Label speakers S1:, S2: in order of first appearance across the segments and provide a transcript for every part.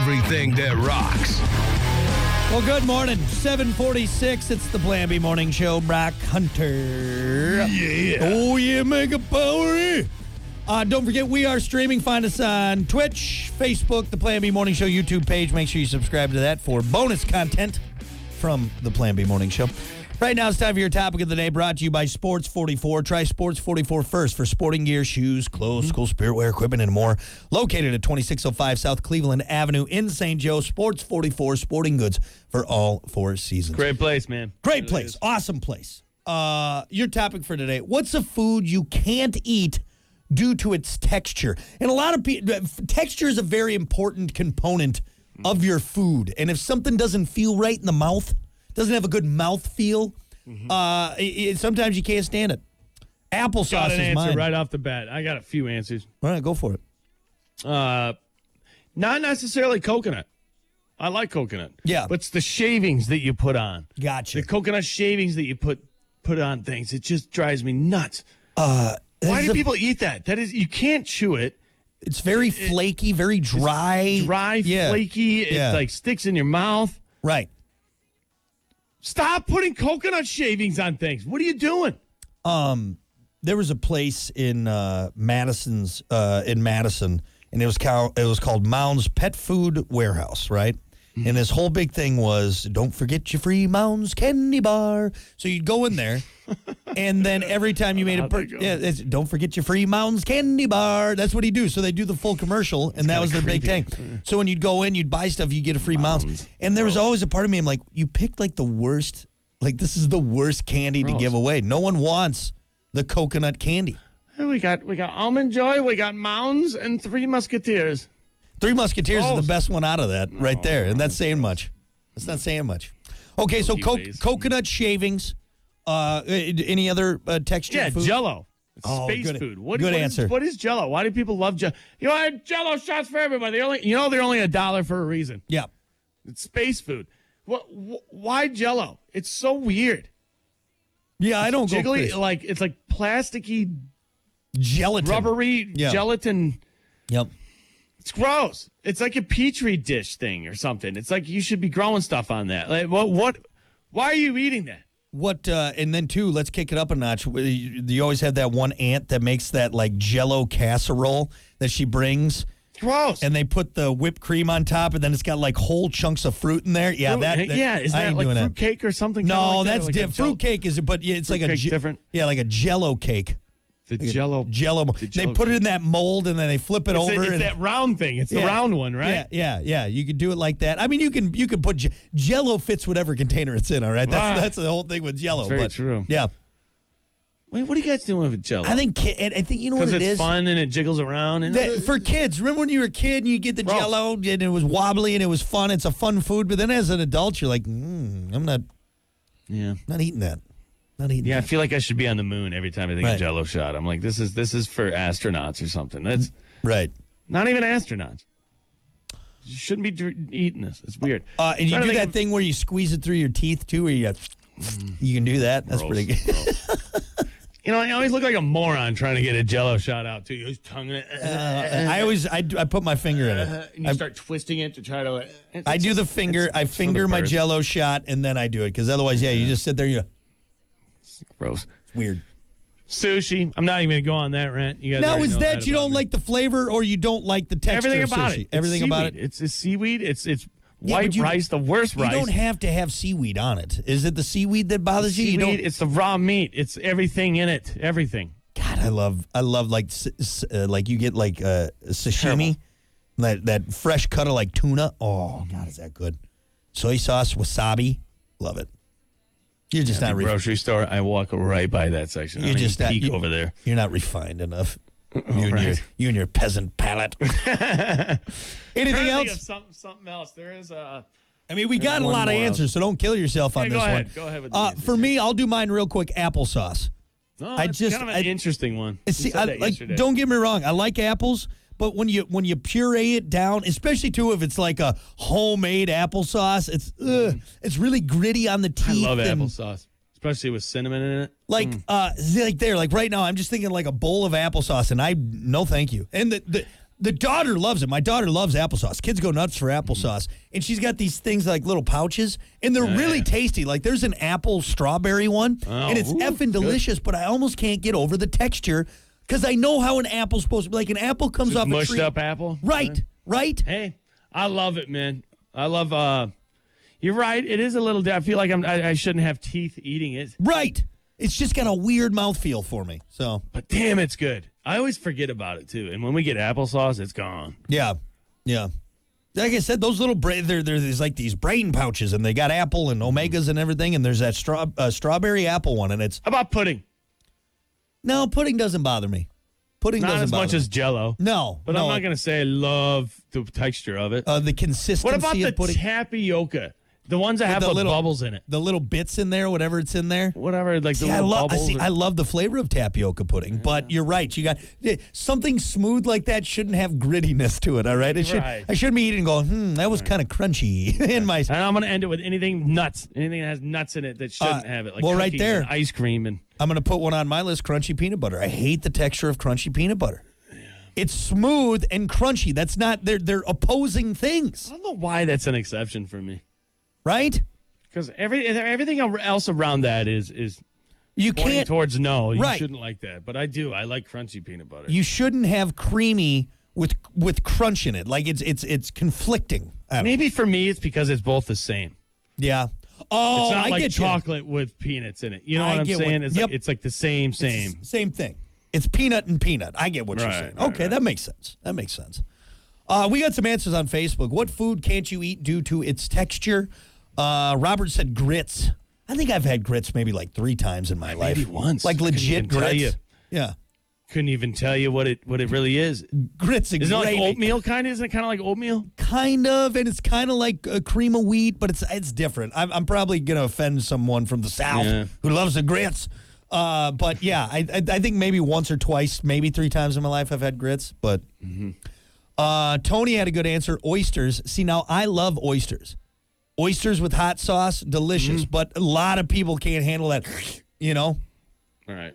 S1: everything that rocks.
S2: Well, good morning. 746. It's the Blamby Morning Show. Brock Hunter.
S1: Yeah.
S2: Oh, yeah, mega power. Uh, don't forget, we are streaming. Find us on Twitch, Facebook, the Plan B Morning Show YouTube page. Make sure you subscribe to that for bonus content from the Plan B Morning Show. Right now, it's time for your topic of the day brought to you by Sports 44. Try Sports 44 first for sporting gear, shoes, clothes, cool spirit wear, equipment, and more. Located at 2605 South Cleveland Avenue in St. Joe, Sports 44 Sporting Goods for all four seasons.
S3: Great place, man.
S2: Great place. Awesome place. Uh, your topic for today what's a food you can't eat due to its texture? And a lot of people, texture is a very important component of your food. And if something doesn't feel right in the mouth, doesn't have a good mouth feel,
S3: Mm-hmm.
S2: uh, i i sometimes you can't stand it. Applesauce
S3: Got an
S2: is
S3: answer
S2: mine.
S3: right off the bat. I got a few answers.
S2: All right, go for it.
S3: Uh, not necessarily coconut. I like coconut.
S2: Yeah.
S3: but it's the shavings that you put on.
S2: Gotcha.
S3: The coconut shavings that you put put on things. It just drives me nuts. Why
S2: Uh, This
S3: do
S2: is a-
S3: people eat that? That is, you can't chew it.
S2: it's very flaky, very dry.
S3: Dry,
S2: Yeah.
S3: flaky. It
S2: Yeah.
S3: like sticks in your mouth.
S2: Right.
S3: Stop putting coconut shavings on things. What are you doing?
S2: there was a place in uh, Madison's uh, in Madison, and it was cow- it was called Mound's Pet Food Warehouse, right? And this whole big thing was, don't forget your free Mounds candy bar. So you'd go in there, and then every time you made a
S3: How'd that
S2: purchase,
S3: go?
S2: yeah, it's, don't forget your free Mounds candy bar. That's what he do. So they do the full commercial, and that was their big thing. So when you'd go in, you'd buy stuff, you get a free Mounds. And there
S3: Oh.
S2: was always a part of me, I'm like, you picked like the worst. Like this is the worst candy
S3: Oh.
S2: to give away. No one wants the coconut candy.
S3: We got we got almond joy. We got mounds and three musketeers.
S2: Three Musketeers is
S3: Gross.
S2: the best one out of that
S3: Oh,
S2: right there, and that's saying much. That's not saying much. Okay, so co-
S3: ways.
S2: coconut shavings. Uh, eh, any other uh, texture?
S3: Yeah,
S2: food?
S3: Jello. It's
S2: Oh,
S3: space
S2: good-
S3: food. What,
S2: good
S3: what is-
S2: answer.
S3: what is Jello? Why do people love Jello? You know, I had Jello shots for everybody. They're only, you know, they're only a dollar for a reason.
S2: yeah.
S3: It's space food. What? Wh- why Jello? It's so weird.
S2: Yeah, I don't go
S3: Jiggly,
S2: crazy.
S3: like it's like plasticky,
S2: gelatin.
S3: rubbery
S2: Yeah.
S3: gelatin.
S2: Yep.
S3: It's gross. It's like a petri dish thing or something. It's like you should be growing stuff on that. Like what? What? Why are you eating that?
S2: What? Uh, and then two. Let's kick it up a notch. You you always have that one aunt that makes that like Jello casserole that she brings,
S3: Gross.
S2: and they put the whipped cream on top, and then it's got like whole chunks of fruit in there. Yeah,
S3: Fruit-
S2: that. that-
S3: yeah, is
S2: I
S3: that
S2: ain't
S3: like
S2: doing that.
S3: fruit cake or something? kinda
S2: No,
S3: like that, or
S2: that's
S3: like a
S2: different.
S3: Jell-
S2: Fruit cake is, but yeah, it's like a
S3: Fruitcake's different?
S2: Yeah, like a Jello cake.
S3: The Jello.
S2: Jello.
S3: Jell-O
S2: they put it in that mold and then they flip it
S3: It's,
S2: over.
S3: it's
S2: and,
S3: that round thing. It's
S2: Yeah.
S3: the round one, right?
S2: Yeah, yeah, yeah. You could do it like that. I mean, you can you can put J- Jello fits whatever container it's in. All right, that's
S3: Right.
S2: that's the whole thing with Jello.
S3: That's very
S2: but,
S3: true.
S2: Yeah,
S3: Wait, what are you guys doing with Jello?
S2: I think ki- and I think you know what it
S3: because it's
S2: is.
S3: fun and it jiggles around. And
S2: That- for kids, remember when you were a kid and you get the
S3: Gross.
S2: Jello and it was wobbly and it was fun. It's a fun food, but then as an adult, you're like, mm, I'm not
S3: yeah,
S2: not eating that. Not eating.
S3: yeah. I
S2: that.
S3: feel like I should be on the moon every time I think
S2: Right.
S3: of Jello shot. I'm like, this is this is for astronauts or something. That's
S2: right.
S3: not even astronauts. You shouldn't be dr- eating this. It's weird.
S2: Uh, and you
S3: Trying to
S2: do
S3: think
S2: that
S3: of-
S2: thing where you squeeze it through your teeth too, where you got, you can do that. That's
S3: Gross.
S2: pretty good.
S3: You know, I always look like a moron trying to get a Jello shot out too. You're tonguing it, uh,
S2: I always I, d- I put my finger in it.
S3: and you start twisting it to try to.
S2: Uh,
S3: uh,
S2: I do the finger. I finger my
S3: birth.
S2: Jello shot, and then I do it because otherwise, yeah, you just sit there. You
S3: Gross.
S2: weird.
S3: Sushi. I'm not even gonna go on that rant. You guys
S2: Now
S3: already
S2: is
S3: know
S2: that, you
S3: about
S2: don't
S3: me.
S2: like the flavor or you don't like the texture?
S3: everything
S2: of
S3: about
S2: sushi.
S3: it? It's
S2: Everything about
S3: seaweed.
S2: it.
S3: It's, it's seaweed. It's it's
S2: Yeah,
S3: white
S2: but you-
S3: rice. The worst
S2: You
S3: rice.
S2: don't have to have seaweed on it. Is it the seaweed that bothers you? You
S3: Seaweed,
S2: don't.
S3: It's the raw meat. It's everything in it. Everything.
S2: God, I love I love like s- s- uh, like you get like uh, sashimi, that that fresh cut of like tuna. Oh
S3: Mm-hmm.
S2: God, is that good? Soy sauce, wasabi, love it. You're just not refined.
S3: Grocery store. I walk right by that section.
S2: You're
S3: I
S2: just not,
S3: peek
S2: you-
S3: over there.
S2: You're not refined enough. You, and your,
S3: right.
S2: you and your peasant palate. Anything else?
S3: Something, something else. There is a.
S2: I mean, we got a
S3: one
S2: lot of
S3: more.
S2: answers, so don't kill yourself on
S3: Yeah,
S2: this
S3: go ahead.
S2: one.
S3: Go ahead with the
S2: uh,
S3: answers,
S2: for me, I'll do mine real quick. Applesauce.
S3: No,
S2: I
S3: that's
S2: just-
S3: kind of
S2: I-
S3: an interesting one. You
S2: See,
S3: said
S2: I,
S3: that
S2: like,
S3: yesterday.
S2: don't get me wrong. I like apples, but when you when you puree it down, especially too if it's like a homemade applesauce, it's ugh, it's really gritty on the
S3: Mm-hmm. I
S2: teeth.
S3: love
S2: and,
S3: applesauce, especially with cinnamon in it.
S2: Like uh, see, like there, like right now, I'm just thinking like a bowl of applesauce, and I no, thank you. And the, the the daughter loves it. My daughter loves applesauce. Kids go nuts for
S3: Mm-hmm.
S2: applesauce. And she's got these things like little pouches, and they're really tasty. Like there's an apple strawberry one, and it's
S3: Oh, ooh,
S2: effing
S3: good.
S2: delicious, but I almost can't get over the texture because I know how an apple's supposed to be. Like an apple comes off a
S3: mushed
S2: tree.
S3: up apple.
S2: Right, right.
S3: Hey, I love it, man. I love. uh You're right. It is a little. di- I feel like I'm. I, I shouldn't have teeth eating it,
S2: Right. It's just got a weird mouthfeel for me. So,
S3: but damn, it's good. I always forget about it too. And when we get applesauce, it's gone.
S2: yeah. Yeah. Like I said, those little bra- they're, they're there's like these brain pouches, and they got apple and omegas and everything, and there's that straw uh, strawberry apple one, and it's
S3: How about pudding?
S2: no pudding doesn't bother me. Pudding
S3: Not
S2: doesn't
S3: as
S2: bother
S3: much
S2: me.
S3: as Jello.
S2: no,
S3: But I'm
S2: no.
S3: not gonna say I love the texture of it.
S2: Uh, the consistency
S3: what about the
S2: of pudding,
S3: tapioca? The ones that have
S2: the
S3: the,
S2: little-
S3: bubbles in it.
S2: the little bits in there, whatever it's in there.
S3: Whatever, like the
S2: Yeah, I
S3: little
S2: love. I
S3: bubbles.
S2: see.
S3: or-
S2: I love the flavor of tapioca pudding, but you're right. You got yeah, something smooth like that shouldn't have grittiness to it. All right, it should.
S3: Right.
S2: I shouldn't be eating and going. Hmm, that was kind of crunchy in my.
S3: and I'm gonna end it with anything nuts, anything that has nuts in it that shouldn't
S2: Uh,
S3: have it. Like
S2: well, right
S3: cookies
S2: there.
S3: and ice cream, and
S2: I'm gonna put one on my list: crunchy peanut butter. I hate the texture of crunchy peanut butter. It's smooth and crunchy. That's not. They're they're opposing
S3: I
S2: things,
S3: don't know why that's an exception for me.
S2: right?
S3: Because every everything else around that is is
S2: You
S3: pointing
S2: can't.
S3: towards no. You
S2: Right.
S3: shouldn't like that, but I do. I like crunchy peanut butter.
S2: You shouldn't have creamy with with crunch in it. Like it's it's it's conflicting. I don't-
S3: Maybe for me, it's because it's both the same.
S2: yeah. Oh,
S3: It's not
S2: I
S3: like
S2: get you.
S3: chocolate with peanuts in it. You know
S2: I
S3: what I'm
S2: get what-
S3: saying? It's,
S2: yep.
S3: like, it's like the same, same.
S2: It's Same thing. It's peanut and peanut. I get what you're
S3: Right,
S2: saying.
S3: right,
S2: okay, that makes sense. That makes sense. Uh, we got some answers on Facebook. What food can't you eat due to its texture? Uh, Robert said grits. I think I've had grits maybe like three times in my life.
S3: Maybe once.
S2: Like
S3: Couldn't
S2: legit
S3: even tell you.
S2: grits. Yeah.
S3: Couldn't even tell you what it what it really is.
S2: Grits and
S3: Is it like
S2: gravy.
S3: oatmeal kind of? Isn't it kind of like oatmeal?
S2: Kind of, and it's kind of like a cream of wheat, but it's it's different. I'm, I'm probably gonna offend someone from the south
S3: Yeah.
S2: who loves the grits. Uh, but yeah, I, I I think maybe once or twice, maybe three times in my life I've had grits. But
S3: Mm-hmm.
S2: uh, Tony had a good answer. Oysters. See, now I love oysters. Oysters with hot sauce, delicious.
S3: Mm-hmm.
S2: But a lot of people can't handle that. You know,
S3: All right,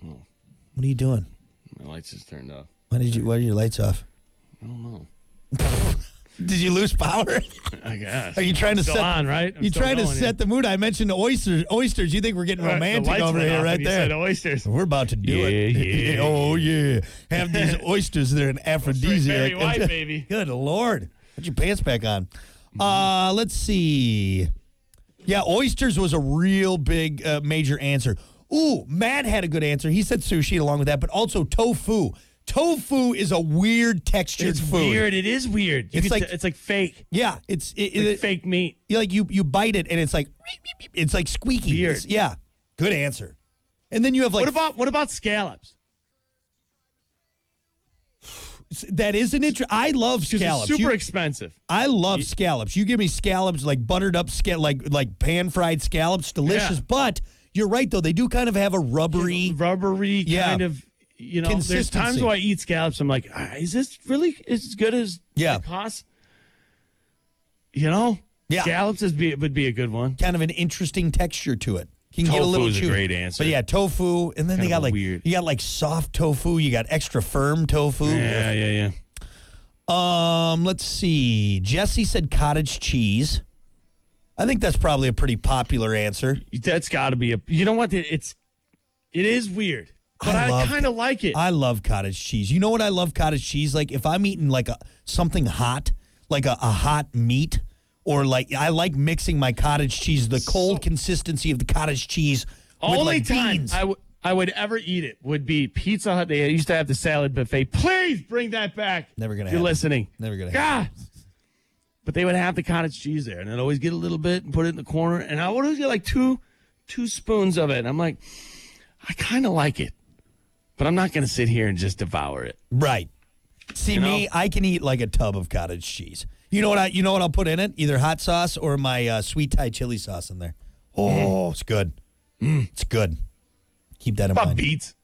S2: what are you doing?
S3: my lights just turned off.
S2: Why did you? Why are your lights off?
S3: I don't know.
S2: Did you lose power?
S3: I guess.
S2: Are you trying to
S3: Still
S2: set
S3: on, right? I'm
S2: you
S3: still
S2: trying to
S3: going
S2: set the mood? I mentioned oysters. Oysters. You think we're getting
S3: All right, the
S2: romantic
S3: lights
S2: over
S3: went
S2: here,
S3: off
S2: right
S3: and you
S2: there?
S3: said oysters.
S2: We're about to do it.
S3: Yeah, yeah.
S2: oh yeah. Have these oysters. They're an aphrodisiac.
S3: Barry White, baby.
S2: Good lord. Put your pants back on. Uh, let's see. Yeah, oysters was a real big uh, major answer. Ooh, Matt had a good answer. He said sushi along with that, but also tofu. Tofu is a weird textured
S3: It's
S2: food.
S3: weird. It is weird. You
S2: It's
S3: could
S2: like-
S3: t- it's like fake.
S2: Yeah, it's it,
S3: Like
S2: it,
S3: fake meat.
S2: you like you you bite it and it's like it's like squeaky.
S3: Weird.
S2: It's- yeah. Good answer. And then you have like
S3: What about what about scallops?
S2: that is an interest. I love
S3: 'Cause
S2: scallops.
S3: It's
S2: You-
S3: super expensive.
S2: I love scallops. You give me scallops like buttered up scal like like pan fried scallops, delicious.
S3: Yeah.
S2: But you're right though, they do kind of have a rubbery.
S3: Rubbery
S2: Yeah.
S3: kind of you know, there's times
S2: Consistency.
S3: where I eat scallops. I'm like, "Ah, is this really as good as
S2: Yeah.
S3: it costs? You know?
S2: Yeah.
S3: Scallops is be, would be a good one.
S2: Kind of an interesting texture to it. Can get a little
S3: Tofu's a
S2: chewy.
S3: great answer.
S2: But yeah, tofu, and then they
S3: Kind
S2: got
S3: of
S2: like
S3: weird.
S2: you got like soft tofu. You got extra firm tofu.
S3: Yeah, yeah, yeah.
S2: Um, let's see. Jesse said cottage cheese. I think that's probably a pretty popular answer.
S3: That's got to be a You know what? It- It's it is weird. But
S2: I
S3: I,
S2: love-
S3: kind of like it.
S2: I love cottage cheese. You know what I love cottage cheese? Like if I'm eating like a something hot, like a, a hot meat, or like I like mixing my cottage cheese, the cold consistency of the cottage cheese.
S3: Only
S2: with like
S3: time
S2: beans.
S3: I would I would ever eat it would be Pizza Hut. They used to have the salad buffet. Please bring that back.
S2: Never gonna
S3: If You're
S2: happen.
S3: listening.
S2: Never gonna
S3: God. But they would have the cottage cheese there, and I'd always get a little bit and put it in the corner, and I would always get like two two spoons of it. And I'm like, I kind of like it, but I'm not gonna sit here and just devour it.
S2: Right. See
S3: know?
S2: me, I can eat like a tub of cottage cheese. You know what I you know what I'll put in it? Either hot sauce or my uh, sweet Thai chili sauce in there. Oh,
S3: Mm-hmm.
S2: it's good.
S3: Mm.
S2: It's good. Keep that in
S3: But
S2: mind.
S3: beets.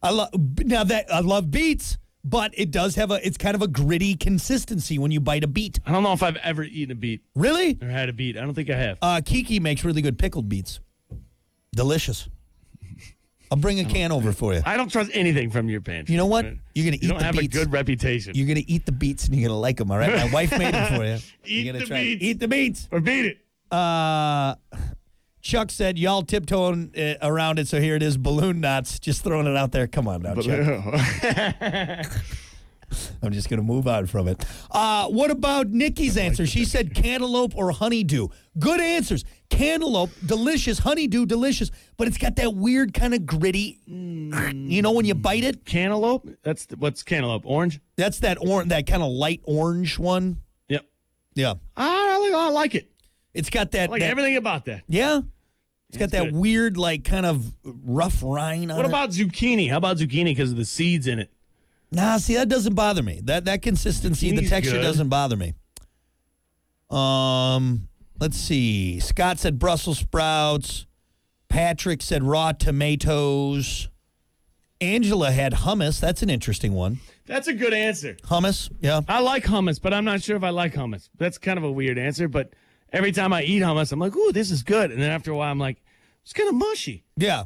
S2: I love now that I love beets, but it does have a it's kind of a gritty consistency when you bite a beet.
S3: I don't know if I've ever eaten a beet
S2: Really?
S3: or had a beet. I don't think I have.
S2: Uh, Kiki makes really good pickled beets. Delicious. I'll bring a
S3: Oh.
S2: can over for you.
S3: I don't trust anything from your pantry.
S2: You know what? You're gonna eat
S3: You don't
S2: the
S3: have
S2: beets.
S3: a good reputation.
S2: You're gonna eat the beets and you're gonna like them. All right, my wife made them for you.
S3: Eat
S2: you're gonna
S3: the
S2: try.
S3: beets.
S2: Eat the beets.
S3: or beat it.
S2: Uh, Chuck said y'all tiptoeing uh, around it, so here it is. Balloon knots. Just throwing it out there. Come on now, Chuck. I'm just going to move on from it. Uh, what about Nikki's answer? She said cantaloupe or honeydew. Good answers. Cantaloupe, delicious. Honeydew, delicious. But it's got that weird kind of gritty.
S3: Mm.
S2: You know when you bite it,
S3: cantaloupe? That's the, what's cantaloupe? Orange?
S2: that's that orange, that kind of light orange one.
S3: Yep.
S2: Yeah,
S3: Ah, I like, I like it.
S2: it's got that.
S3: I like
S2: that-
S3: everything about that.
S2: yeah, it's got
S3: It's
S2: that
S3: good.
S2: weird, like kind of rough rind on
S3: What
S2: it.
S3: about zucchini? How about zucchini because of the seeds in it?
S2: Nah, see that doesn't bother me. That that consistency, the
S3: Zucchini's
S2: texture
S3: good.
S2: doesn't bother me. Um, let's see. Scott said Brussels sprouts. Patrick said raw tomatoes. Angela had hummus. That's an interesting one.
S3: That's a good answer.
S2: Hummus, yeah.
S3: I like hummus, but I'm not sure if I like hummus. That's kind of a weird answer, but every time I eat hummus, I'm like, ooh, this is good. And then after a while, I'm like, it's kind of mushy.
S2: Yeah.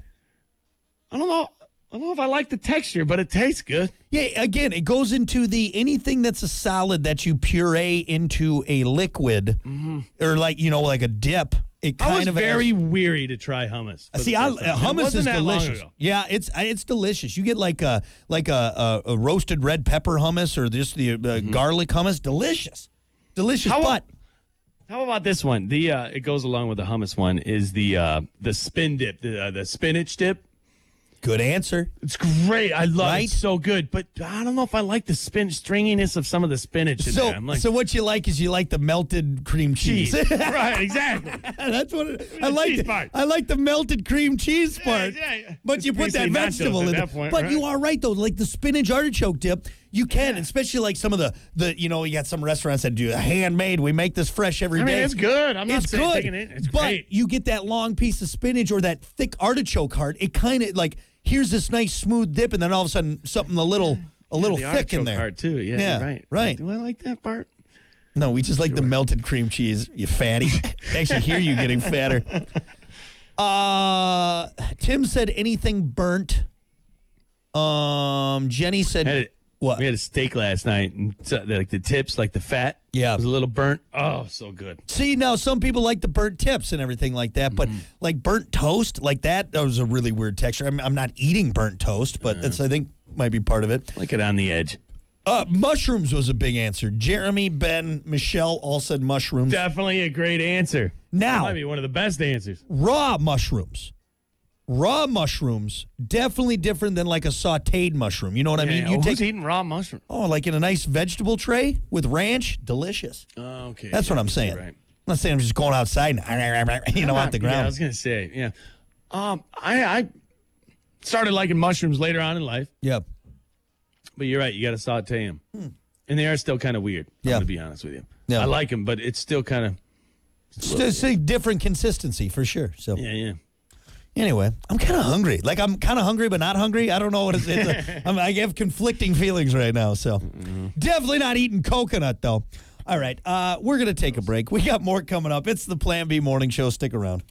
S3: I don't know. I don't know if I like the texture, but it tastes good.
S2: Yeah, again, it goes into the anything that's a solid that you puree into a liquid or like, you know, like a dip. It kind
S3: Mm-hmm. I was
S2: of
S3: very weary to try hummus. for the
S2: See, I, uh,
S3: first time. It
S2: hummus
S3: wasn't
S2: is
S3: that long
S2: delicious.
S3: ago.
S2: Yeah, it's uh, it's delicious. You get like a like a, a, a roasted red pepper hummus or just the uh, garlic hummus. Delicious, delicious.
S3: Mm-hmm. How-
S2: but
S3: How about this one? The uh, it goes along with the hummus one is the uh, the spin dip, the uh, the spinach dip.
S2: good answer.
S3: It's great. I love it.
S2: Right?
S3: It's so good, but I don't know if I like the spin stringiness of some of the spinach. In
S2: So
S3: there. I'm like
S2: so what you like is you like the melted cream cheese.
S3: cheese. right, exactly.
S2: That's what it, I
S3: The
S2: like.
S3: cheese
S2: The,
S3: part.
S2: I like the melted cream cheese part.
S3: yeah, yeah.
S2: But
S3: It's
S2: you put that
S3: basically nachos
S2: vegetable
S3: at
S2: in.
S3: that
S2: it.
S3: point,
S2: but you
S3: right?
S2: are right though. Like the spinach artichoke dip, you can, especially like some of the the you know you got some restaurants that do handmade. We make this fresh every day.
S3: I mean, it's good. I'm not
S2: it's
S3: saying
S2: good,
S3: taking it. It's
S2: but
S3: great.
S2: you get that long piece of spinach or that thick artichoke heart. It kind of like here's this nice smooth dip, and then all of a sudden something a little a little
S3: the
S2: thick in
S3: artichoke
S2: there.
S3: part too. Yeah,
S2: Yeah,
S3: you're right,
S2: right.
S3: Do I like that part?
S2: No, we just like the melted cream cheese. You fatty. I Actually, hear you getting fatter. Uh, Tim said anything burnt. Um, Jenny said
S3: Had it-
S2: what?
S3: We had a steak last night, and so, like the tips, like the fat,
S2: Yeah.
S3: was a little burnt. Oh, so good.
S2: See, now some people like the burnt tips and everything like that,
S3: Mm-hmm.
S2: but like burnt toast, like that, that was a really weird texture. I'm, I'm not eating burnt toast, but that's I think might be part of it.
S3: Like it on the edge.
S2: Uh, mushrooms was a big answer. Jeremy, Ben, Michelle all said mushrooms.
S3: Definitely a great answer.
S2: Now-
S3: might be one of the best answers.
S2: raw mushrooms. Raw mushrooms definitely different than like a sautéed mushroom. You know what I mean?
S3: Yeah,
S2: You
S3: who's
S2: take
S3: eating raw mushroom?
S2: oh, like in a nice vegetable tray with ranch, delicious.
S3: Oh, okay.
S2: That's what I'm saying.
S3: right.
S2: I'm not saying I'm just going outside and you know out the
S3: Yeah, I
S2: ground.
S3: was gonna say, yeah. Um, I I started liking mushrooms later on in life,
S2: Yeah,
S3: but you're right. You got to saute them, and they are still kind of weird.
S2: Hmm. Yeah.
S3: I'm gonna be honest with you.
S2: Yeah.
S3: I like them, but it's still kind of
S2: it's, it's a different consistency for sure. So
S3: yeah, yeah.
S2: anyway, I'm kind of hungry. Like I'm kind of hungry but not hungry. I don't know what it's. it's a, I'm, I have conflicting feelings right now. So definitely not eating coconut though. All right, uh, we're gonna take a break. We got more coming up. It's the Plan B Morning Show. Stick around.